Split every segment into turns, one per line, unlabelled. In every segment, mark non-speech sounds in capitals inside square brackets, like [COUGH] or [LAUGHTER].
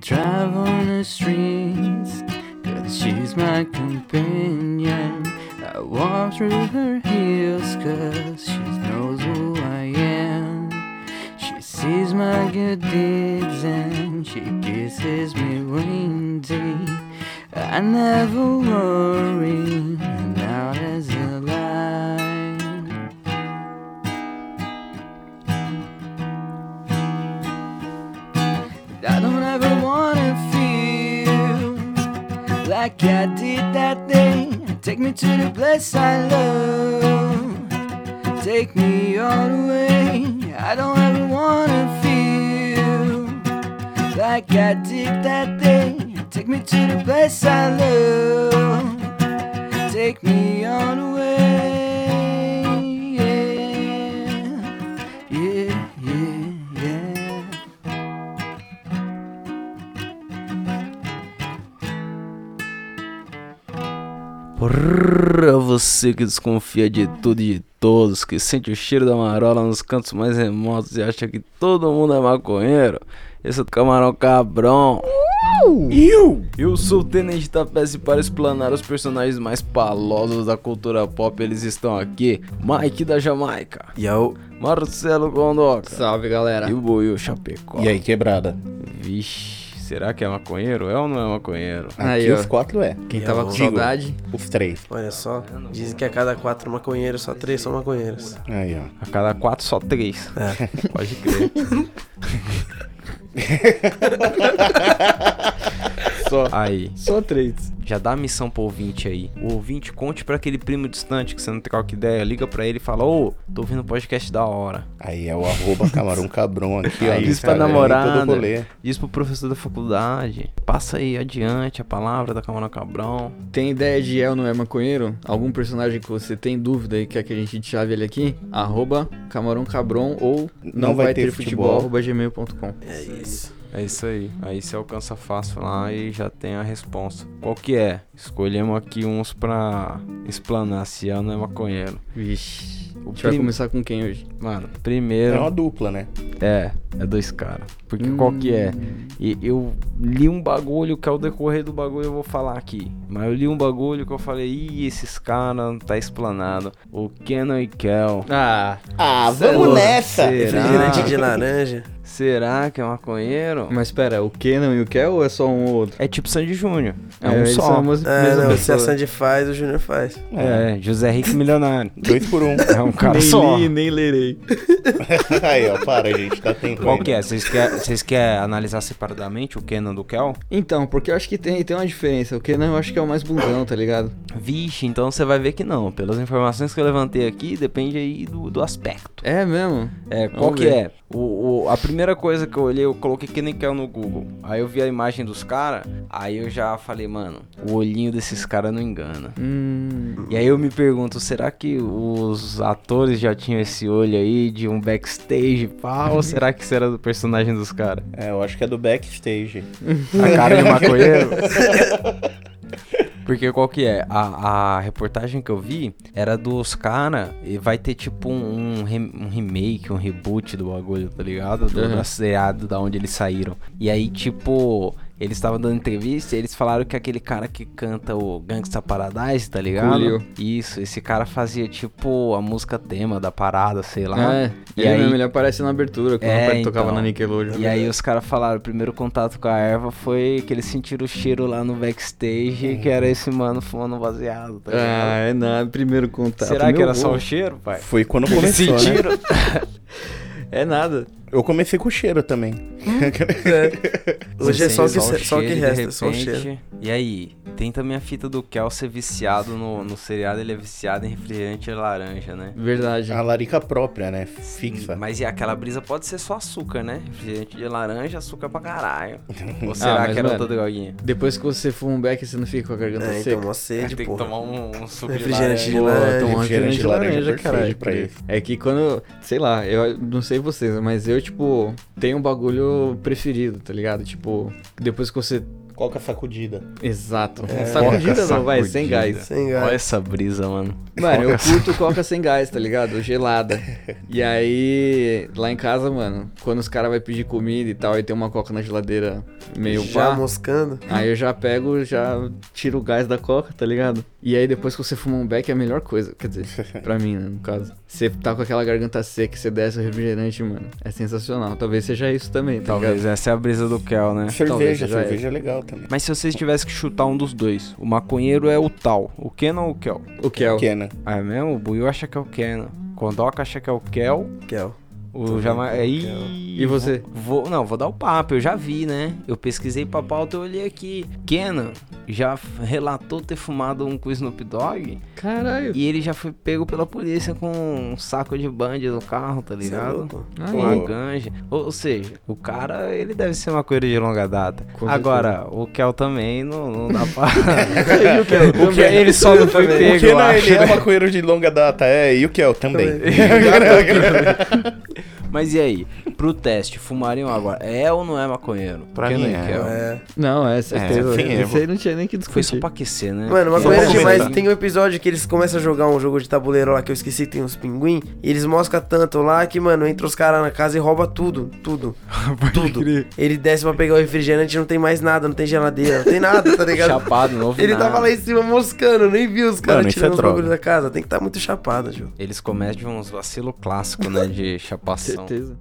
drive on the streets, cause she's my companion. I walk through her heels, cause she knows who I am. She sees my good deeds and she kisses me windy. I never worry, and now as a lie. I don't ever wanna feel like I did that day. Take me to the place I love. Take me all the way. I don't ever wanna feel like I did that day. Take me to the place I love. Take me all the way. Yeah, yeah, yeah, yeah.
Pra é você que desconfia de tudo e de todos, que sente o cheiro da marola nos cantos mais remotos e acha que todo mundo é maconheiro, esse é o Camarão Cabrão. Eu! Eu sou o Tenente Tapés e para explanar os personagens mais palosos da cultura pop, eles estão aqui. Mike da Jamaica,
Yo.
Marcelo Gondoca
Salve, galera.
e o Boiô Chapecó.
E aí, quebrada?
Vixe, será que é maconheiro? É ou não é maconheiro?
Aí,
Aqui
ó.
os quatro é.
Quem tava com
Digo.
saudade,
Os três.
Olha só, dizem que a cada quatro maconheiros, só três são maconheiros.
Aí, ó.
A cada quatro, só três. [LAUGHS] Pode crer. Só. Aí.
Só três.
Já dá a missão pro ouvinte aí. O ouvinte conte pra aquele primo distante que você não troca ideia. Liga pra ele e fala: Ô, tô ouvindo um podcast da hora.
Aí é o arroba camarão cabrão aqui, ó.
Aí,
no
diz pra
Instagram,
namorada.
todo rolê.
Diz pro professor da faculdade. Passa aí adiante a palavra da Camarão Cabrão.
tem ideia de El não é maconheiro? Algum personagem que você tem dúvida e quer que a gente chave ele aqui? Arroba Camarão Cabron ou não, vai, ter, futebol, arroba gmail.com.
É isso.
É isso aí. Aí você alcança fácil lá e já tem a resposta. Qual que é? Escolhemos aqui uns pra explanar se é ou não é maconheiro.
Vixe.
O
A gente vai
prim-
começar com quem hoje?
Mano,
É
primeiro.
uma dupla, né?
É, é dois caras. Porque qual que é? E eu li um bagulho que ao decorrer do bagulho eu vou falar aqui. Mas eu li um bagulho que eu falei, ih, esses caras não tá explanado. O Kenan e Kel.
Ah,
Ah,
Cê é
vamos
louco.
nessa!
Refrigerante
Será?
de laranja.
Será que é maconheiro?
mas pera, o Kenan e o Kel ou é só um ou outro?
É tipo Sandy Júnior. É, um
eles
só.
são a [LAUGHS] mesma
É, não, se
pessoa.
a Sandy faz, o Júnior faz.
É, José Henrique Milionário.
Dois por um. [LAUGHS]
É um cara
nem
só.
li, nem lerei.
Aí, ó, para, gente, tá tempo.
Qual
ainda.
que é? Vocês querem quer analisar separadamente o Kenan do Kel?
Então, porque eu acho que tem, tem uma diferença. O Kenan eu acho que é o mais bundão, tá ligado?
Vixe, então você vai ver que não. Pelas informações que eu levantei aqui, depende aí do, do aspecto.
É mesmo?
É, qual
Vamos
que
ver.
é? O, o- a primeira coisa que eu olhei, eu coloquei Kenan e Kel no Google. Aí eu vi a imagem dos caras, aí eu já falei, mano, o olhinho desses caras não engana.
Hum.
E aí eu me pergunto, será que os atores já tinham esse olho aí de um backstage, pá, ou será que isso era do personagem dos caras?
É, eu acho que é do backstage.
A cara de maconheiro? [LAUGHS] Porque qual que é? A, a reportagem que eu vi era dos caras e vai ter tipo um, um re- um remake, um reboot do bagulho, tá ligado? Do,
Uhum.
Da seriado da onde eles saíram. E aí, tipo, eles estavam dando entrevista e eles falaram que aquele cara que canta o Gangsta Paradise, tá ligado?
Coolio.
Isso, esse cara fazia tipo a música tema da parada, sei lá.
É,
E
ele
aí-
mesmo, ele aparece na abertura, quando
É,
o pai tocava
então.
na Nickelodeon.
E aí os caras falaram, o primeiro contato com a erva foi que eles sentiram o cheiro lá no backstage, que era esse mano fumando baseado, tá ligado?
Ah, é nada, primeiro contato.
Será que
Meu
era só
vô.
o cheiro, pai?
Foi quando
um Eles
começou, né?
sentiram.
É nada.
Eu comecei com o cheiro
[LAUGHS]
também.
Hoje é só o que, só o que
um cheiro e de
resta, só o
repente-
cheiro.
E aí, Tem também a fita do Kel ser viciado no, no seriado, ele é viciado em refrigerante laranja, né?
Verdade.
A larica própria, né?
Hum,
Fixa.
Mas e aquela brisa pode ser só açúcar, né? Refrigerante de laranja, açúcar pra [LAUGHS] caralho. Ou
Ah,
será
mas,
que era
mano,
toda droguinha?
Depois que você fuma um beck, você não fica com a garganta
É, então,
seca. É,
mó sede,
Tem que
porra.
tomar um, um suco de laranja.
Refrigerante de
Pô,
laranja.
tomar
refrigerante
refrigerante
de
de
laranja
laranja,
perfeito
caralho.
pra ele.
É que quando, sei lá, eu não sei vocês, mas eu, tipo, tenho um bagulho preferido, tá ligado? Tipo, depois que você.
Coca é sacudida.
Exato.
É.
Sacudida
Coca
não, vai, sem
sacudida.
gás.
Sem gás.
Olha essa brisa, mano.
Mano, eu curto coca sem gás, tá ligado? Gelada. E aí, lá em casa, mano, quando os caras vão pedir comida e tal, e tem uma coca na geladeira meio
Já
pá,
moscando.
aí eu já pego, já tiro o gás da coca, tá ligado? E aí depois que você fuma um beck é a melhor coisa, quer dizer, pra mim, né, no caso. Você tá com aquela garganta seca, você desce o refrigerante, mano, é sensacional. Talvez seja isso também, tá
Talvez
ligado?
essa é a brisa do Kel, né?
Talvez
Cerveja,
seja
cerveja é legal também.
Mas se vocês tivessem que chutar um dos dois, o maconheiro é o tal, o Kenan ou o Kel?
O que é o...
Pequena.
Ah, é mesmo? O Buiu acha que é o Kenan. O Kondoka acha que é o Kel.
Kel.
O Jama...
vendo,
Ih,
Kel.
E você?
Vou, não, vou dar o papo, eu já vi, né? Eu pesquisei pra pauta, eu olhei aqui. Kenan já f- relatou ter fumado um com o Snoop Dogg
Caralho.
e ele já foi pego pela polícia com um saco de band no carro, tá
Cê é
ligado?
louco.
Aí.
Uma ganja. Ou, ou seja, o cara, ele deve ser uma coisa de longa data.
Com
Agora, o Kel também não, não dá pra...
[LAUGHS] E o que é?
o Kel, ele só não foi
O
pego, eu
Kenan,
acho. né?
ele é maconheiro de longa data, é, e o Kel também. [LAUGHS]
é um [LAUGHS] Mas e aí? Pro teste, fumariam agora? É ou não é maconheiro?
Pra
Kenan
mim
e
é.
Kel.
É.
Não, é certeza.
sem
Isso
erro.
aí não tinha nem que discutir.
Foi só pra aquecer, né?
Mano, uma
Só
coisa
pra
demais.
comentar.
Tem um episódio que eles começam a jogar um jogo de tabuleiro lá que eu esqueci que tem uns pinguim. E eles moscam tanto lá que, mano, entra os caras na casa e rouba tudo.
[LAUGHS]
Tudo. tudo. Ele desce pra pegar o refrigerante e não tem mais nada, não tem geladeira, não tem
[LAUGHS]
nada, tá ligado?
Chapado, não ouve
Ele
nada.
tava lá em cima moscando, nem viu os
Mano,
caras
isso é
tirando os
droga.
bagulho da casa. Tem que estar muito chapado, Ju.
Eles cometem uns vacilo clássico, né? De
[LAUGHS]
chapação.
Certeza.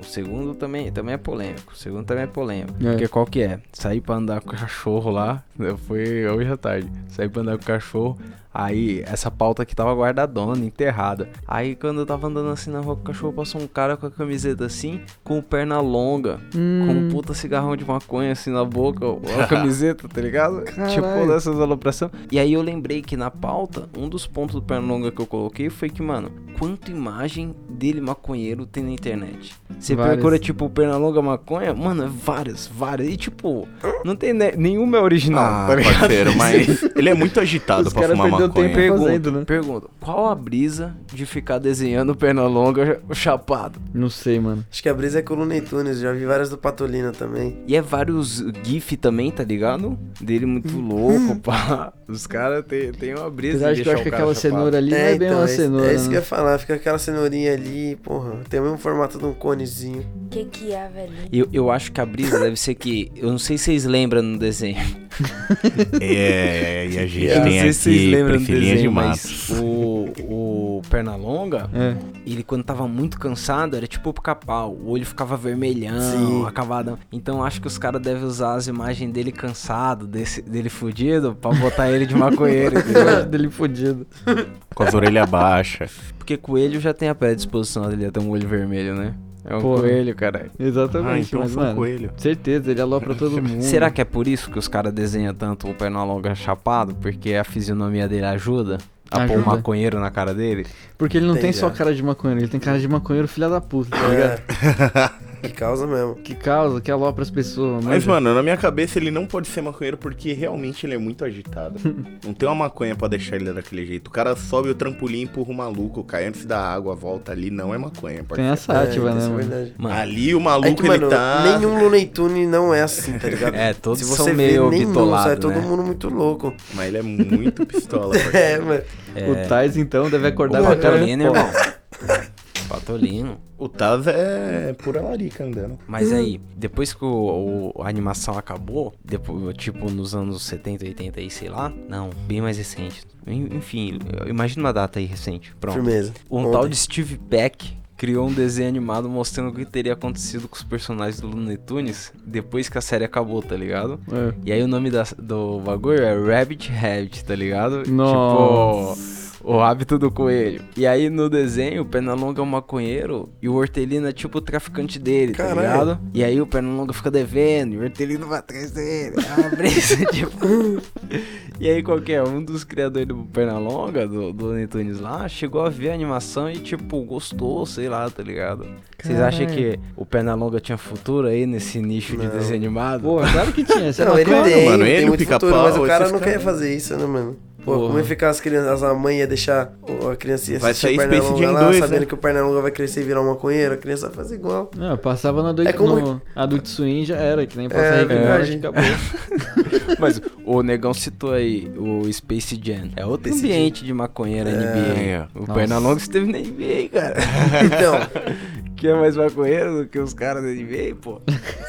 o segundo também, também é polêmico. O segundo também é polêmico.
É.
Porque qual que é? Saí pra andar com o cachorro lá. né, Foi hoje à tarde. Saí pra andar com o cachorro. Aí, essa pauta aqui tava guardadona, enterrada. Aí, quando eu tava andando assim na rua com o cachorro, passou um cara com a camiseta assim, com perna longa. Com
Hum.
um puta cigarrão de maconha assim na boca, ou a camiseta, tá
[LAUGHS]
ligado? Tipo,
Caralho.
dessas aloprações. E aí eu lembrei que na pauta, um dos pontos do Pernalonga que eu coloquei foi que, mano, quanto imagem dele maconheiro tem na internet. Você
Várias.
procura, tipo, Pernalonga maconha, mano, é várias, várias. E tipo, não tem ne- nenhuma é original,
Ah.
tá ligado?
parceiro, mas ele é muito agitado pra
caras
fumar maconha.
perderam tempo, hein?
Pergunta,
fazendo, né?
pergunta, qual a brisa de ficar desenhando Pernalonga chapado?
Não sei, mano.
Acho que a brisa é com o Looney Tunes, já vi várias do Patolina também.
E é vários GIF também, tá ligado? Dele muito
[LAUGHS]
louco, pá. Os caras tem, tem uma brisa
Apesar de Hum. que eu acho que aquela cenoura ali não é bem uma
é,
cenoura.
é isso que eu
né?
ia falar, fica aquela cenourinha ali, porra, tem o mesmo formato de um conezinho.
Que que é, velho?
Eu, eu acho que a brisa deve ser que... Eu não sei se vocês lembram no desenho.
É, e a gente
Eu não
tem
sei se vocês
aqui
lembram no
preferência de
desenho,
mato.
mas o, o Pernalonga,
É.
ele quando tava muito cansado, era tipo o pica-pau. O olho ficava vermelhão,
Sim.
acabadão. Então eu acho que os caras devem usar as imagens dele cansado, desse- dele fudido, pra botar ele de
[LAUGHS]
maconheiro, entendeu?
[LAUGHS] dele fodido.
Com as orelhas baixas.
Porque coelho já tem a predisposição dele a ter um olho vermelho, né? É um
Porra.
coelho, caralho.
Ah,
Exatamente.
então
mas,
foi um
mano,
coelho.
certeza, ele alopra todo
Hum.
mundo.
Será que é por isso que os caras desenham tanto o Pernalonga chapado? Porque a fisionomia dele ajuda a pôr um
Ajuda.
maconheiro na cara dele?
Porque ele não tem
Entendi,
só
é.
cara de maconheiro, ele tem cara de maconheiro filha da puta, tá ligado?
É.
[LAUGHS]
que causa mesmo.
Que causa, que alopra as
Mas,
pessoas,
é.
manja.
mano, na minha cabeça ele não pode ser maconheiro porque realmente ele é muito
[LAUGHS]
agitado. não tem uma maconha pra deixar ele daquele jeito. O cara sobe o trampolim, empurra o maluco, cai antes da água, volta ali, não é maconha,
Tem
parceiro.
essa
É,
ativa,
isso
né,
é
mano?
verdade.
Mano,
Ali o
É
maluco
que, mano,
ele tá.
nenhum Looney Tune não é assim, tá ligado?
É, [LAUGHS] todos
Se
são
você vê,
meio
nenhum,
bitolado,
sai todo
né?
mundo muito louco.
Mas ele é muito pistola,
[LAUGHS] É,
parceiro.
mano.
É.
O Tais, então, deve acordar
o
com a cara de
Patolino, irmão.
pau.
Patolino.
O Taz é pura larica andando.
Mas aí, depois que o, o- a animação acabou, depois, tipo nos anos 70, 80 e sei lá, não, bem mais recente. En- Enfim, eu imagino uma data aí recente. Pronto.
Firmeza.
Um
Ontem.
tal de Steve Peck criou um desenho animado mostrando o que teria acontecido com os personagens do Looney Tunes depois que a série acabou, tá ligado?
É.
E aí o nome da- do bagulho é Rabbit Rabbit, tá ligado?
Nossa.
Tipo, O hábito do coelho. E aí no desenho, o Pernalonga é um maconheiro e o Hortelino é tipo o traficante dele,
Caralho.
tá ligado? E aí o Pernalonga fica devendo, e o Hortelino vai atrás dele. É uma brisa, [LAUGHS] tipo. E aí qual que é? Um dos criadores do Pernalonga, do, do Netunes lá, chegou a ver a animação e, tipo, gostou, sei lá, tá ligado? Vocês acham que o Pernalonga tinha futuro aí nesse nicho de desenho animado?
Pô, claro que tinha. Você
Não, ele
Ah, claro,
tem,
mano,
tem
ele, o
muito
pica-pau,
futuro, mas o cara
esses
não quer
caras.
fazer isso, né, mano? Pô,
Porra.
como é ficar as crianças, a mãe ia deixar o- a criança ia
Vai
assistir
sair Space
Pernalonga
Jam
lá,
2,
sabendo
né?
que o Pernalonga vai crescer e virar um maconheiro, a criança faz
[LAUGHS]
igual.
Não, eu passava na adulto,
É como-
no Adult Swim já era, que nem passa
É,
Rick and Morty,
verdade.
acabou.
Mas o Negão citou aí o Space Jam. É outro
Space
ambiente de maconheiro
É.
NBA. O
Nossa.
Pernalonga esteve na NBA, cara.
Então,
[LAUGHS] Que é mais maconheiro do que os caras da NBA, pô.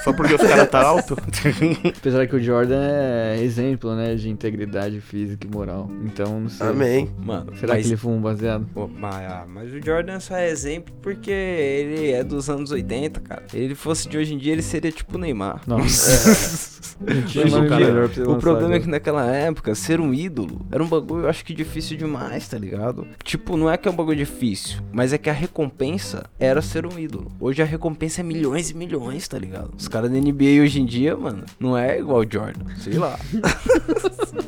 Só porque os caras tá [LAUGHS] alto.
Apesar que o Jordan é exemplo, né, de integridade física e moral. Então, não sei.
amém.
Mano,
Será
mas,
que ele fuma um baseado?
pô, mas, ah, mas o Jordan só é exemplo porque ele é dos anos 80, cara. Se ele fosse de hoje em dia, ele seria tipo o Neymar. [LAUGHS]
[LAUGHS] Nossa. Não tinha
Mas
nome
o cara-
melhor pra você
O
lançar
problema é que
agora.
naquela época, ser um ídolo era um bagulho, eu acho que difícil demais, tá ligado? Tipo, não é que é um bagulho difícil, mas é que a recompensa era ser um ídolo. Hoje a recompensa é milhões e milhões, tá ligado? Os caras da NBA hoje em dia, mano, não é igual o Jordan, sei lá. [LAUGHS]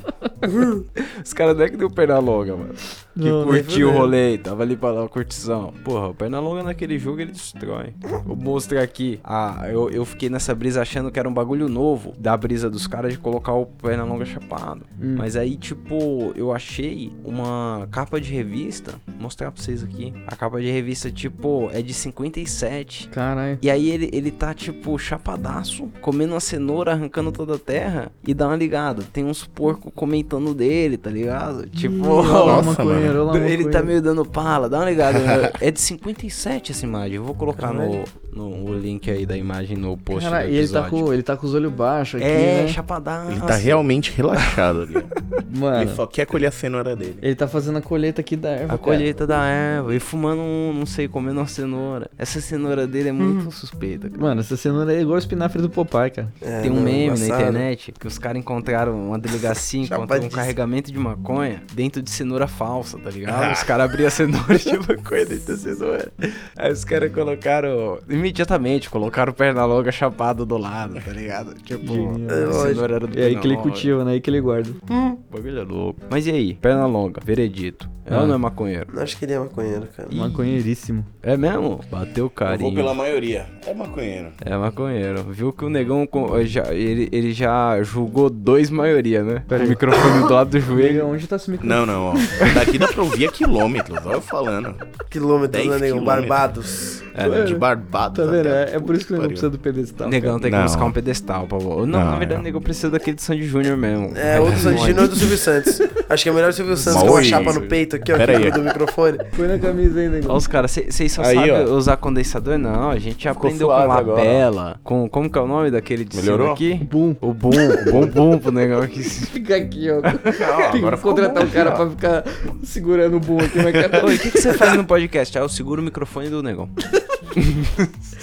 Os caras não é que deu perna longa, mano. Que
Não, nem
curtiu o
fudendo.
rolê, tava ali pra dar uma curtição. Porra, o Pernalonga naquele jogo ele destrói. Vou mostrar aqui. Ah, eu, eu fiquei nessa brisa achando que era um bagulho novo da brisa dos caras de colocar o Pernalonga chapado.
Hum.
Mas aí, tipo, eu achei uma capa de revista. Vou mostrar pra vocês aqui. A capa de revista, tipo, é de 57.
Caralho.
E aí ele, ele tá, tipo, chapadaço, comendo uma cenoura, arrancando toda a terra. E dá uma ligada. Tem uns porcos comentando dele, tá ligado? Tipo.
Olha lá,
Nossa,
maconheiro, olha lá,
Ele tá
maconheiro.
meio dando pala, dá uma ligada.
[LAUGHS]
né? é de 57 essa imagem. Eu vou colocar no, no- o link aí da imagem no post.
Cara,
do
e ele tá,
episódio.
com, ele tá com os olhos baixos
[LAUGHS]
aqui,
É,
né?
chapadão.
Ele tá realmente relaxado ali. Ele
Mano,
só quer colher a cenoura dele.
ele tá fazendo a colheita aqui da erva,
A colheita da erva e fumando um, não sei, comendo uma cenoura. Essa cenoura dele é muito suspeita,
cara.
cara.
Mano, essa cenoura é igual o espinafre do Popeye, cara.
É,
Tem um
não,
meme na
embaçado.
internet que os caras encontraram uma delegacia, encontrou um
Chapadíssimo.
carregamento de maconha dentro de cenoura falsa, tá ligado? Os caras abriam a cenoura e tinha maconha dentro da cenoura. Aí os caras colocaram, imediatamente, colocaram o Pernalonga chapado do lado, tá ligado? Tipo,
Genial.
a cenoura era do
É aí que ele
Pernalonga.
cultiva, né? Aí que ele guarda.
O bagulho é louco. Mas e aí? Pernalonga, veredito. É
Ah.
ou não é maconheiro?
Não acho que ele é maconheiro, cara.
Maconheiríssimo.
É mesmo? Bateu
Eu
carinho.
vou pela maioria. É maconheiro.
É maconheiro. Viu que o negão co- já, ele, ele já julgou dois maioria, né?
Pera aí.
o microfone do lado do
Pega
joelho.
onde tá esse microfone?
Não, não, ó. Daqui dá pra ouvir a quilômetros, ó, eu falando.
Quilômetros,
Dez
né, negão?
quilômetros.
Barbados.
É, de barbado.
Tá vendo?
até.
É, é por isso que ele não precisa do pedestal.
O negão tem que
Não.
buscar um pedestal, Pablo. Não,
Não,
na verdade,
é.
o negão precisa daquele de Sandy Júnior mesmo.
É, outro Sandy Júnior é do Silvio Santos. Acho que é melhor o Silvio Santos com uma
Mas,
chapa no peito aqui, ó,
pera
que
aí.
do microfone.
Põe na camisa aí,
Olha
negão.
os caras, vocês só
Aí,
sabem
ó.
usar condensador? Não, a gente aprendeu com
suave agora, ó. [LAUGHS]
lapela, com... Como que é o nome daquele de cima
Melhorou?
aqui?
Bum.
O bom, o
[LAUGHS]
bom bom pro negão aqui.
Fica aqui, ó.
Ó,
Tem
agora
que
ficou
contratar
bom,
um cara
ó.
pra ficar segurando o boom aqui na
[LAUGHS]
cara.
Oi, o que, que você faz no podcast? Ah, eu seguro o microfone do negão.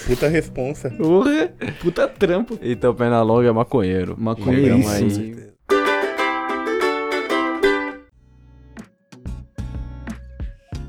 Puta responsa.
Porra, puta trampo.
Então, Pernalonga é maconheiro.
Maconheiríssimo.
Negão aí-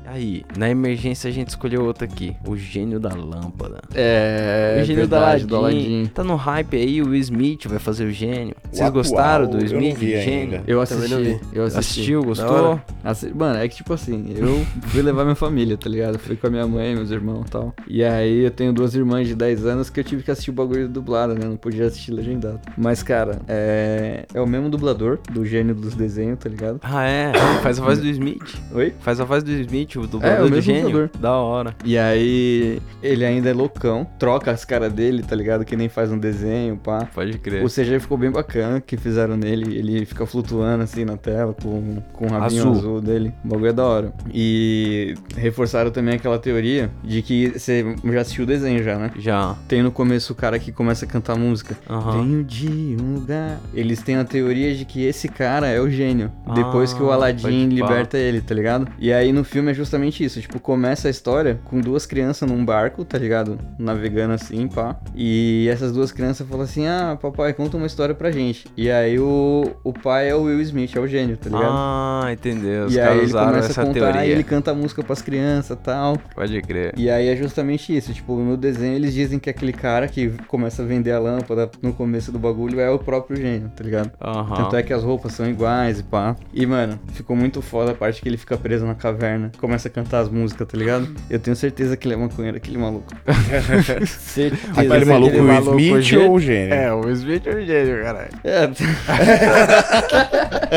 Aí, na emergência a gente escolheu outro aqui, o gênio da lâmpada.
É.
o gênio
verdade,
da Aladdin. Tá no hype aí, o Will Smith vai fazer o gênio. Vocês
atual,
gostaram do
eu
Will
não
Smith?
vi
gênio.
ainda.
Eu
Também
assisti.
não
Eu assisti.
Assistiu,
Da
gostou?
hora.
Assi- Mano, é que tipo assim, eu fui levar minha família, tá ligado? Fui com a minha mãe, meus irmãos e tal. E aí eu tenho duas irmãs de 10 anos que eu tive que assistir o bagulho dublado, né? Não podia assistir legendado. Mas, cara, é. É o mesmo dublador do gênio dos desenhos, tá ligado?
Ah, é. Faz a voz do Smith.
Oi?
Faz a voz do Smith, o
É, o
dublador do
mesmo
gênio.
dublador.
Da hora.
E aí, ele ainda é loucão, troca as caras dele, tá ligado? Que nem faz um desenho, pá.
Pode crer.
O CG ficou bem bacana que fizeram nele. Ele fica flutuando assim na tela com, com o rabinho
Azul.
azul. dele. O bagulho é da hora. E reforçaram também aquela teoria de que você já assistiu o desenho já, né?
Já.
Tem no começo o cara que começa a cantar música.
Aham.
Venho de um lugar. Eles têm a teoria de que esse cara é o gênio.
Ah,
depois que o
pode
Aladdin
pá.
liberta ele, tá ligado? E aí no filme é justamente isso. Tipo, começa a história com duas crianças num barco, tá ligado? Navegando assim, pá. E essas duas crianças falam assim: Ah, papai, conta uma história pra gente. E aí o, o pai é o Will Smith, é o gênio, tá ligado?
Ah, entendeu. Os
e aí
caras
ele
usaram
começa
essa
a contar,
teoria.
e ele canta a música pras crianças e tal.
Pode crer.
E aí é justamente isso, tipo, no desenho eles dizem que aquele cara que começa a vender a lâmpada no começo do bagulho é o próprio gênio, tá ligado?
Aham.
Tanto é que as roupas são iguais e pá. E, mano, ficou muito foda a parte que ele fica preso na caverna. Começa a cantar as músicas, tá ligado? Eu tenho certeza que ele é maconheiro, aquele maluco. [LAUGHS] certeza. é
Aquele maluco Will Smith ou o gênio?
É, o Smith é o gênio, caralho.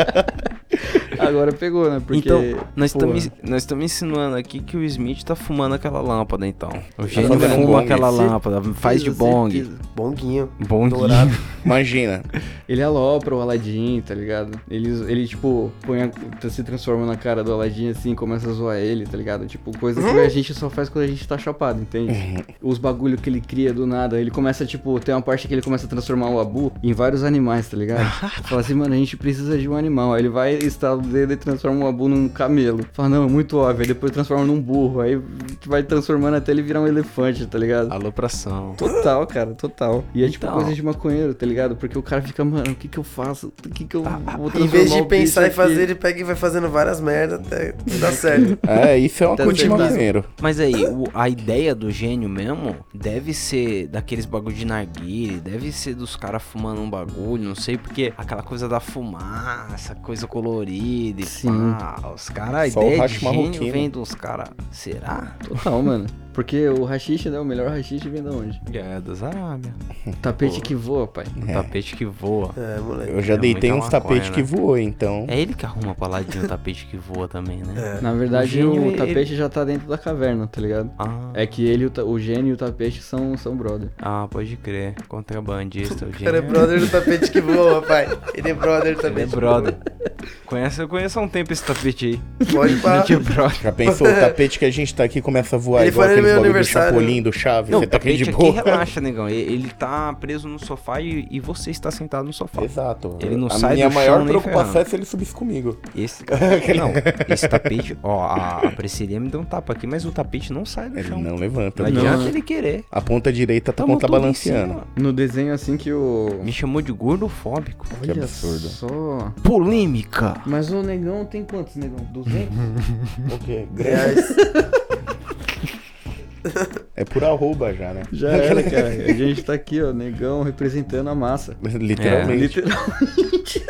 [LAUGHS] É. Agora pegou, né? Porque...
então, nós
pô,
estamos nós tamo insinuando aqui que o Smith tá fumando aquela lâmpada, então.
Tá
O gênio
fazendo um
fuma
bong.
aquela lâmpada, faz de bong.
certeza.
Bonguinho.
Bong.
Dourado.
[LAUGHS] Imagina.
Ele alopra o Aladdin, tá ligado? Ele, ele tipo, põe a- se transforma na cara do Aladdin assim, começa a zoar ele, tá ligado? Tipo, coisa que a gente só faz quando a gente tá chapado, entende? Os bagulho que ele cria do nada, ele começa, tipo, tem uma parte que ele começa a transformar o Abu em vários animais, tá ligado? Fala assim, mano, a gente precisa de um animal. Aí ele vai, estala o dedo e transforma o Abu num camelo. Fala, não, é muito óbvio. Aí depois transforma num burro. Aí vai transformando até ele virar um elefante, tá ligado?
Alopração.
Total, cara, total. E é tipo
Então.
coisa de maconheiro, tá ligado? Porque o cara fica, mano, o que que eu faço? O que que eu vou transformar
Em vez de
o bicho
pensar e
aqui?"
fazer, ele pega e vai fazendo várias merda até dar
[LAUGHS]
certo.
É, isso é uma
Tá
coisa de
acertado.
maconheiro.
Mas aí, o- a ideia do gênio mesmo deve ser daqueles bagulho de narguile, deve ser dos caras fumando um bagulho, não sei, porque aquela coisa da fumaça, coisa colorida e
Sim.
pá, os caras, a
Só o
ideia de
hash
gênio
marroquino.
vem dos caras, será?
Total, mano. Porque o rachixe, né? O melhor rachixe vem da onde?
É, das Arábia.
Tapete que voa, pai.
Um tapete que voa.
É, moleque.
Eu já
É
deitei
muita
uns
maconha,
tapetes
né?
que voou, então.
É ele que arruma pra lá de um tapete que voa também,
[LAUGHS]
né?
Na verdade,
O
o,
gênio, ele-
tapete já tá dentro da caverna, tá ligado?
Ah,
É que ele, o, ta- o gênio e o tapete são, são brother.
ah, pode crer. Contrabandista, o
O cara é
gênio.
brother do tapete que voa, pai. Ele é brother
Ele
do
é
tapete. que
brother. Conhece, eu conheço há um tempo esse tapete aí.
voa. Pode parar.
Gente, é brother.
Já pensou, [LAUGHS] o tapete que a gente tá aqui começa a voar
Ele
igual
foi no
aquele
meu
bagulho do
aniversário.
Chapolin, do Chaves,
Não,
você
o
tá aqui
tapete
de
aqui é
boa.
relaxa, negão. E- Ele tá preso no sofá e, e você está sentado no sofá.
Exato.
Ele não
a
sai
minha
do
maior
chão nem
preocupação
ferrando.
é se ele subisse comigo. [LAUGHS]
Esse, não, esse tapete, ó, a, a Priscilia me deu um tapa aqui, mas o tapete não sai do
Ele
chão.
não
Não,
levanta. né?
adianta
Não.
ele querer.
A ponta direita tá
Tamo tudo em
contrabalanceando.
cima.
No desenho, assim que o.
Me chamou de gordofóbico.
Que absurdo.
Só.
Polêmica.
Mas o negão tem quantos, negão? 200?
O quê?
é
Reais.
É por arroba já, né?
já [LAUGHS] era, cara. A gente tá aqui, ó, negão representando a massa.
[LAUGHS] Literalmente.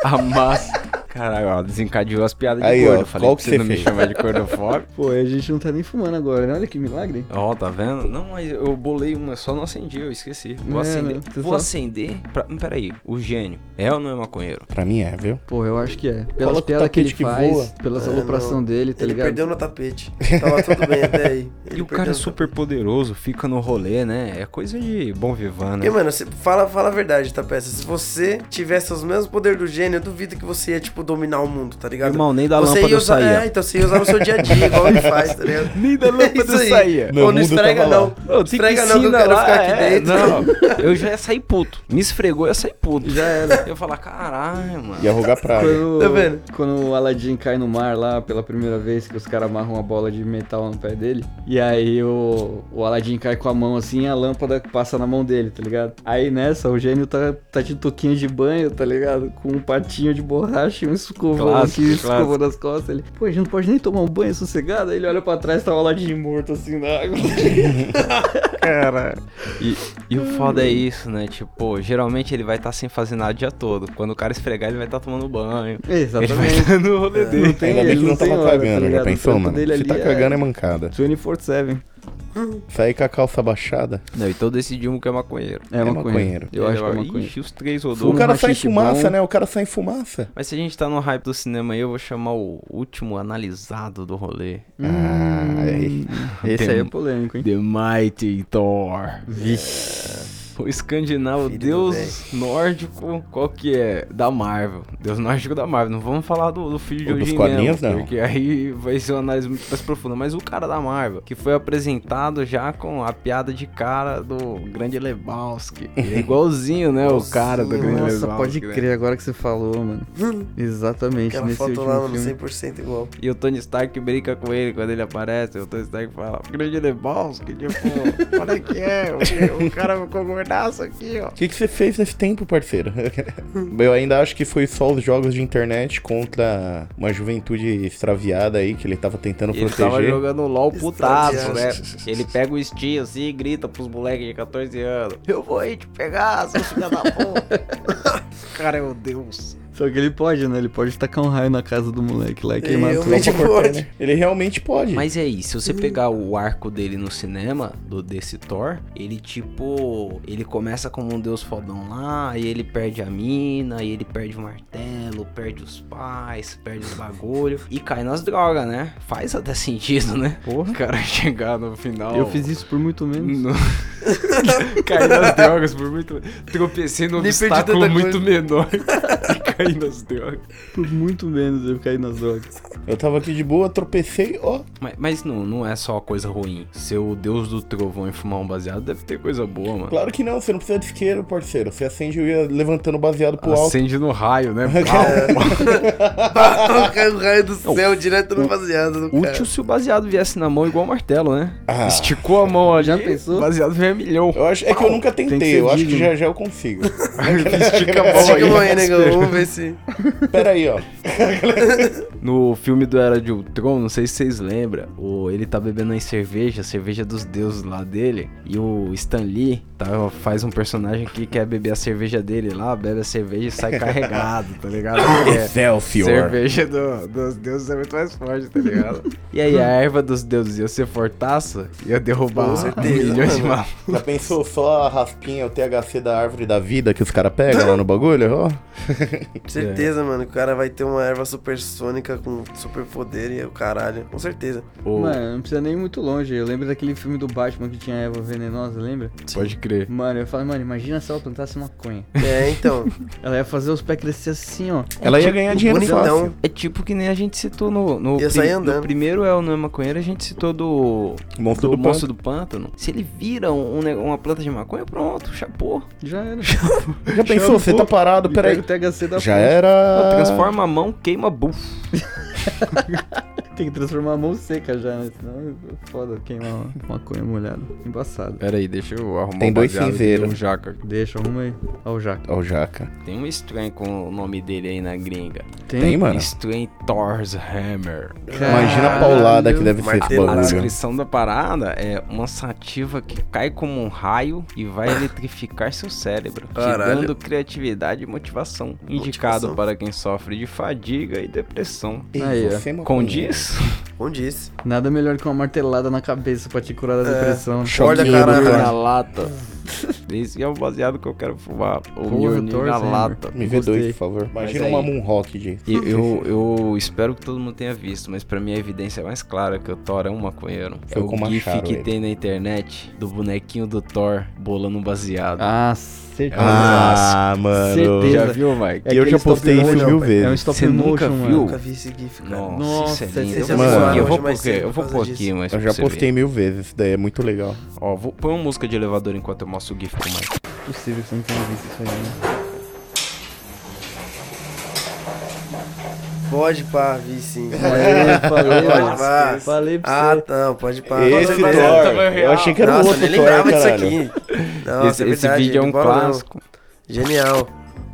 A massa. Caralho, ó, desencadeou as piadas de
Aí,
gordo.
ó,
Eu falei
qual
pra
que
você
você
não me
fez?
chamar de gordofóbico.
Pô, a gente não tá nem fumando agora, né? Olha que milagre.
Ó, tá vendo? Não, mas eu bolei uma, só não acendi, eu esqueci. Vou
É,
acender.
né? Você
Vou
só-
acender. Pra... hum, Peraí, o gênio é ou não é maconheiro?
Pra mim é, viu?
Pô, eu acho que é. Pelas
Coloca o
piadas que ele
tapete que
faz,
voa.
pelas
É,
alopração
não.
dele, tá
Ele
ligado?
perdeu no tapete. Tava tudo bem até aí. Ele
E o
perdeu
cara é
no
super poderoso, fica no rolê, né? É coisa de bom vivan, né?
Porque, mano, você- fala, fala a verdade, tá, peça? Se você tivesse os mesmos poderes do gênio, eu duvido que você ia, tipo, dominar o mundo, tá ligado?
Irmão, nem da
você
lâmpada
ia
eu
usar,
saía.
É, então você ia usar no seu dia a dia, igual ele faz, tá ligado?
Nem [LAUGHS] da lâmpada
[LAUGHS] Isso aí.
saía.
Meu
Ou não
mundo
esfrega,
tava lá.
não. Esfrega não, que eu quero ficar aqui dentro.
é,
[LAUGHS]
Não, eu já ia sair puto. Me esfregou, eu ia sair puto. Já era. Eu ia falar, caralho, mano.
Ia rogar praga.
Quando,
Tá vendo?
quando o Aladdin cai no mar lá pela primeira vez, que os caras amarram uma bola de metal no pé dele. E aí o, o Aladdin cai com a mão assim e a lâmpada passa na mão dele, tá ligado? Aí nessa, o gênio tá, tá de toquinha de banho, tá ligado? Com um patinho de borracha e um escovão
Clássico,
aqui, escovão
clássico.
nas costas. Ele, pô, a gente não pode nem tomar um banho sossegado. Aí ele olha pra trás, tá o Aladdin morto assim na água.
E, e o foda é isso, né? Tipo, geralmente ele vai estar sem fazer nada o dia todo. Quando o cara esfregar, ele vai estar tomando banho. Ele vai
[LAUGHS] Exatamente.
estar no
É.
rolê dele.
Não tem-
Ainda bem
ele
que não
tem
tava
hora, tá
cagando, já
ligado? O
pensou,
trampo
mano?
dele
Se
ali
tá
é-
cagando é mancada.
24-7.
Sair com a calça baixada,
Não, então decidimos que é maconheiro.
É, maconheiro.
maconheiro.
Eu acho que é
Ih,
maconheiro.
os três
o
rodou.
Fuma
cara
um
sai em
rachixe
fumaça,
bom.
né? O cara sai em fumaça.
Mas se a gente tá no hype do cinema aí, eu vou chamar o último analisado do rolê.
Ah, aí.
Esse
Tem-
aí é polêmico, hein?
The Mighty Thor.
Vixe.
O escandinavo,
Filho do
deus nórdico, qual que é? Da Marvel. Deus nórdico da Marvel. Não vamos falar do, do filho de
Ou dos
hoje
quadrinhos,
mesmo,
não.
porque aí vai ser uma análise muito mais profunda. Mas o cara da Marvel, que foi apresentado já com a piada de cara do Grande Lebowski. É igualzinho, né? o cara do Grande Lebowski.
Nossa, pode
né?
crer agora que você falou, [LAUGHS] mano. Exatamente,
Aquela
nesse
foto
último
lá, mano,
filme.
100% igual.
E o Tony Stark brinca com ele quando ele aparece. O Tony Stark fala, grande Lebowski, tipo, olha que é, o, o cara ficou gordaço aqui, ó.
O que, que você fez nesse
[LAUGHS]
tempo, parceiro? Eu ainda acho que foi só os jogos de internet contra uma juventude extraviada aí que ele tava tentando
E Ele
proteger.
tava jogando um LOL putaço,
Estradiado.
né? Ele pega o Steam assim e grita pros moleques de 14 anos: Eu vou aí te pegar, seu filho da puta. [LAUGHS] cara, meu Deus.
Só que ele pode, né? Ele pode tacar um raio na casa do moleque lá e queimar tudo.
Realmente pode.
[LAUGHS]
[LAUGHS]
Ele realmente pode.
Mas é isso,
Uhum.
se você pegar o arco dele no cinema, do desse Thor, ele tipo. Ele começa como um deus fodão lá, aí ele perde a mina, aí ele perde o martelo, perde os pais, perde os bagulho e cai nas drogas, né? Faz até [LAUGHS] sentido, né? O
Porra,
cara chegar no final.
eu fiz isso por muito menos.
No... [LAUGHS] caí nas drogas por muito. Tropecei num
Nem perdi
obstáculo
tanta
muito
coisa.
menor [LAUGHS] e caí nas drogas.
Por muito menos eu caí nas drogas.
Eu tava aqui de boa, tropecei, ó.
Mas, mas não, não é só coisa ruim. Ser o deus do trovão e fumar um baseado deve ter coisa boa, mano.
Claro que não, você não precisa de isqueiro, parceiro. Você acende o ia levantando baseado pro alto.
Acende no raio, [LAUGHS] né?
Caiu o um raio do céu direto no baseado do cara.
Útil se o baseado viesse na mão igual martelo, né?
Ah.
Esticou a mão ali,
Já pensou?
o baseado vem a milhão.
Eu acho, é que eu nunca tentei,
que ser
eu acho que
digno.
já já eu consigo.
[LAUGHS]
[LAUGHS]
Estica a
Estica a
mão
mão
aí.
aí, negão. Vamos
[LAUGHS]
ver se.
[LAUGHS]
Pera aí, ó.
No filme do Era de Ultron, não sei se vocês lembram, o, ele tá bebendo em cerveja, a cerveja dos deuses lá dele, e o Stan Lee tá, faz um personagem que quer beber a cerveja dele lá, bebe a cerveja e [LAUGHS] sai carregado, tá [LAUGHS] ligado? Porque
Excelsior.
cerveja do- dos deuses é muito mais forte, tá ligado? [LAUGHS] E aí, a erva dos deuses ia ser fortaça, ia derrubar
Com certeza,
milhões de
mano.
malucos.
Já pensou só a raspinha, o THC da árvore da vida que os caras pegam lá no bagulho? Ó.
Certeza, mano, que o cara vai ter uma erva supersônica com superpoder e é o caralho. Com certeza.
Ou-
Mano, não precisa nem ir muito longe. Eu lembro daquele filme do Batman que tinha a Eva venenosa, lembra?
Pode crer.
Mano, eu falo, mano, imagina se ela plantasse maconha.
É, então.
Ela ia fazer os pés crescer assim, ó.
Ela
Tipo,
ia ganhar [LAUGHS] dinheiro fácil.
bonitão.
É tipo que nem a gente citou no, no,
Ia sair
pri-
andando.
no primeiro é o Não é Maconheiro, a gente citou do
Monstro
do
do
monstro do pântano, se ele vira um- um ne- uma planta de maconha, pronto, chapô.
Já era.
pântano. Já pensou? Você tá parado,
Pera
peraí.
o THC da
Já
planta.
era.
Transforma a mão, queima buff.
Tem que transformar a mão seca já, né? Senão é foda queimar uma
[LAUGHS]
maconha molhada. Embaçado.
Pera aí, deixa eu arrumar
Tem um dois baseado que cinzeiros. deu um
jaca.
Deixa, arruma aí. Ó o Jaca.
Ó, o Jaca.
Tem um estranho com o nome dele aí na gringa.
Tem, mano.
Estranho Thor's Hammer.
Imagina a
Ah,
paulada que deve ser esse
Martelo.
A
bagulho.
descrição da parada é uma sativa que cai como um raio e vai eletrificar seu cérebro, te
Caralho.
dando criatividade e motivação. Indicado
Motivação.
para quem sofre de fadiga e depressão.
Aí, ó.
você, maconha.
Condiz? [LAUGHS]
Como disse.
Uh.
Nada melhor que uma martelada na cabeça pra te curar da depressão.
Olha,
Choquinho do
caralho.
cara.
É. na lata. Esse é o baseado que eu quero fumar. O
Porra,
Mjolnir
Thor,
na
Zimmer.
lata.
Me vê dois,
Gostei.
por favor. Imagina
aí-
uma Moon Rock, gente.
[LAUGHS] E eu, eu espero que todo mundo tenha visto, mas pra mim a evidência mais clara que o Thor é um maconheiro.
Foi
é o
como
gif
acharam
que
ele.
tem na internet do bonequinho do Thor bolando um baseado.
Ah, certeza.
Ah,
Certeza.
mano.
Já viu, Mike?
É
eu
aquele
já postei
stop
isso
motion,
mil
pai.
vezes.
É um stop
Você
motion,
nunca
mano.
viu?
Nunca vi esse GIF, cara.
Nossa,
Nossa,
isso é lindo.
esse
Eu
é
vou-
visual,
eu vou
hoje mais
pôr,
cedo
eu
por
vou
causa
pôr
disso.
aqui, mas
Eu
pra
já
você ver.
postei mil vezes, isso daí é muito legal.
Ó, vou, põe uma música de elevador enquanto eu mostro o GIF pro Mike.
Não é possível que você não tenha visto isso aí, né?
Pode pá, vi
[LAUGHS]
sim.
Falei, falei,
Pode
mano.
pá.
Falei pra
Ah,
você.
não, pode pá.
Esse
Nossa, tá-
Thor, eu achei que era o
Nossa, eu
outro
nem
Thor,
lembrava disso
caralho.
aqui. Nossa,
esse,
é
esse
verdade,
vídeo é um
bora não.
clássico.
Genial.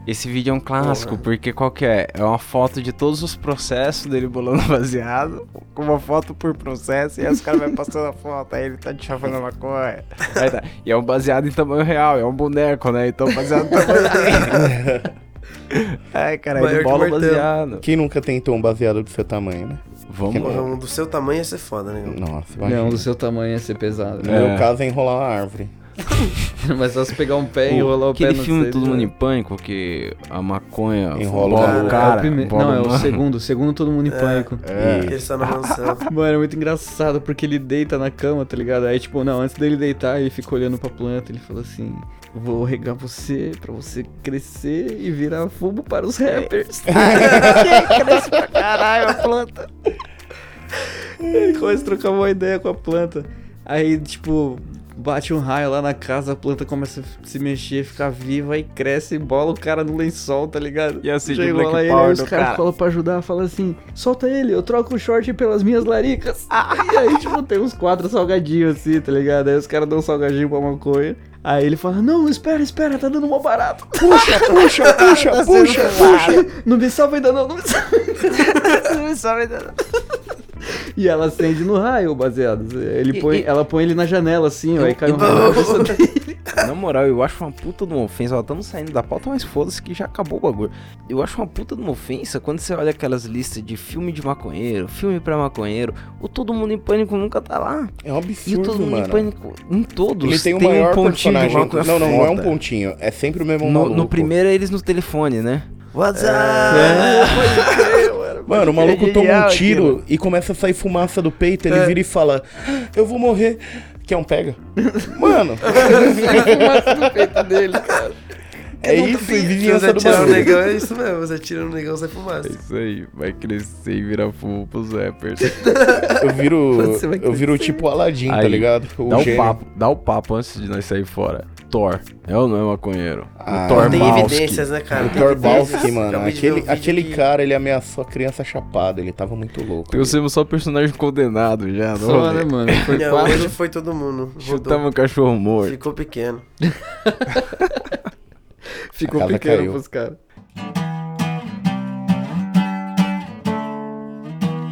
Esse vídeo é um clássico, porque qual que é? É uma foto de todos os processos dele bolando [LAUGHS] baseado, com uma foto por processo, e aí os caras vão passando a foto, aí ele tá te chavando a
[LAUGHS]
maconha. Aí tá. E é um baseado em tamanho real, é um boneco, né? Então baseado em tamanho
[LAUGHS]
real. Ai, cara,
Maior
ele
que
bola
martelo.
baseado.
Quem nunca tentou um baseado do seu tamanho, né?
Vamos Hum.
Porra, um do seu tamanho ia ser foda, né?
Nossa, imagina.
Não, do seu tamanho ia ser pesado.
No
É.
meu caso é enrolar uma árvore.
[LAUGHS] Mas só se pegar um pé
É,
e enrolar o pé
Aquele
no
filme
dedo,
Todo
já
Mundo em
era.
Pânico, que a maconha
Enrola
bola
o
o
cara.
cara. É.
É o primeiro-
bola
Não, é
o
o
mano.
segundo. O segundo Todo
É
Mundo
[LAUGHS]
em Pânico.
É, Porque ele só na mansão.
Mano, é muito engraçado porque ele deita na cama, tá ligado? Aí, tipo, não, antes dele deitar, ele fica olhando pra planta. Ele fala assim: Vou regar você pra você crescer e virar fumo para os rappers.
É.
[LAUGHS] Que Cresce pra caralho a planta. Ele começa a trocar uma ideia com a planta. Aí, tipo, bate um raio lá na casa, a planta começa a se mexer, ficar viva e cresce e bola o cara no lençol, tá ligado?
E assim, de
Chegou
Black
lá ele,
Power
aí os
do
caras
cara.
falam pra ajudar, fala assim: solta ele, eu troco o short pelas minhas laricas.
Ah.
E aí, tipo, tem uns quatro salgadinhos assim, tá ligado? Aí os caras dão um salgadinho pra maconha. Aí ele fala: Não, espera, espera, tá dando mó barato. [LAUGHS] Puxa, puxa, puxa, puxa, puxa. Não me salva ainda não, não me salva ainda não. Não me salva ainda não. E ela acende no raio, baseado. Ele põe, Ela põe ele na janela assim, ó, aí cai um raio na cabeça dele.
Na moral, eu acho uma puta de uma ofensa. Ó, estamos saindo da pauta, mas foda-se que já acabou o bagulho. Eu acho uma puta de uma ofensa quando você olha aquelas listas de filme de maconheiro, filme pra maconheiro. O Todo Mundo em Pânico nunca tá lá.
É um
E o Todo
absurdo,
Mundo em
mano.
Pânico, em todos, um
Ele tem o maior personagem. Não, não, não é um pontinho. É sempre o mesmo
No,
maluco.
no primeiro, é eles no telefone, né?
What's up? É,
Mano, o maluco
É
toma um
genial
tiro e começa a sair fumaça do peito, ele vira e fala: "Ah, Eu vou morrer. Quer um pega? Mano,
dele, cara.
é isso, e
Você
vizinhança do
atira no
bagulho.
negão, é isso mesmo. Você atira no negão, sai fumaça.
isso aí, vai crescer e virar fumo pros rappers.
Eu viro,
Você vai
eu viro tipo Aladdin, tá
Aí,
ligado? O
Dá o
gênio.
papo, dá o papo antes de nós sair fora. Thor, é ou não é maconheiro?
Ah,
o Thor
Tem
Malski.
evidências, né, cara?
O
Tem
Thor
evidências.
Balski, mano.
Acabei de ver um
Aquele,
vídeo
aquele
que-
cara, ele ameaçou a criança chapada. Ele tava muito louco.
Trouxemos é só personagem condenado já, não
Só, né,
rolê.
mano? Foi
Não,
quatro. [LAUGHS]
hoje foi todo mundo. Rodou.
Chutamos um cachorro morto.
Ficou pequeno.
Ficou
A casa
pequeno
caiu.
pros caras.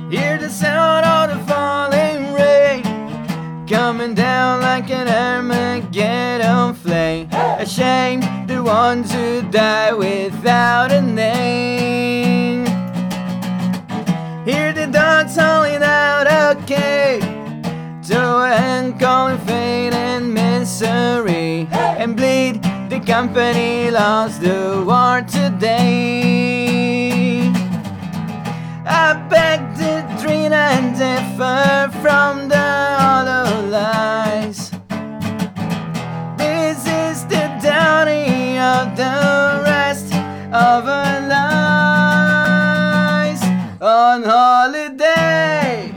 Hear the sound of the falling rain coming down like an Armageddon flame. Ashamed, the ones who die without a name. Hear the dogs howling out, okay. To and calling fate and misery. And bleed, the company lost the war today. I beg the dream and differ from the hollow lies. This is the downy of the rest of our lives on holiday.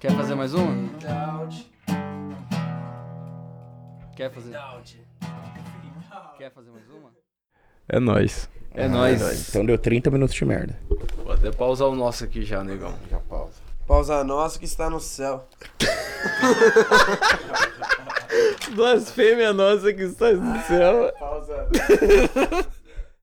Quer fazer mais um? Quer fazer? Quer fazer mais uma?
É nóis.
É nóis.
Então deu 30 minutos de merda.
Vou até pausar o nosso aqui já, negão.
Já pausa.
Pausa nossa que está no céu.
Blasfêmia nossa que está no céu.